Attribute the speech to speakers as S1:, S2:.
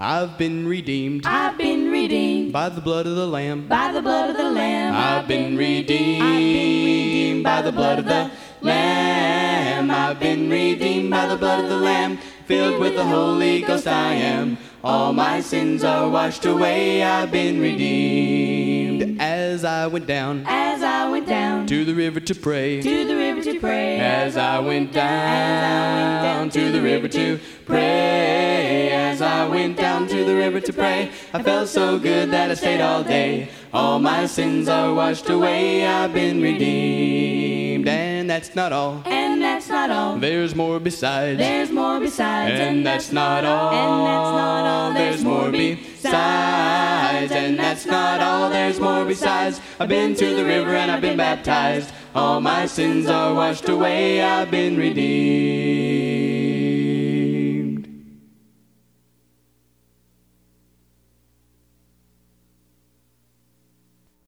S1: I've been redeemed
S2: I've been redeemed
S1: by the blood of the Lamb.
S2: by the blood of the Lamb.
S1: I've been redeemed by the blood of the Lamb. I've been redeemed by the blood of the Lamb. Filled with the Holy Ghost I am. All my sins are washed away. I've been redeemed. As I went down
S2: As I went down
S1: to the river to pray.
S2: to the river to pray,
S1: As I went down to the river to pray. As I went down to the river to pray. I felt so good that I stayed all day. All my sins are washed away. I've been redeemed. And that's not all.
S2: and that's not all.
S1: There's more besides.
S2: There's more besides,
S1: And that's not all.
S2: And that's not all.
S1: There's more besides. And that's not all. There's more besides. I've been to the river and I've been baptized. All my sins are washed away. I've been redeemed.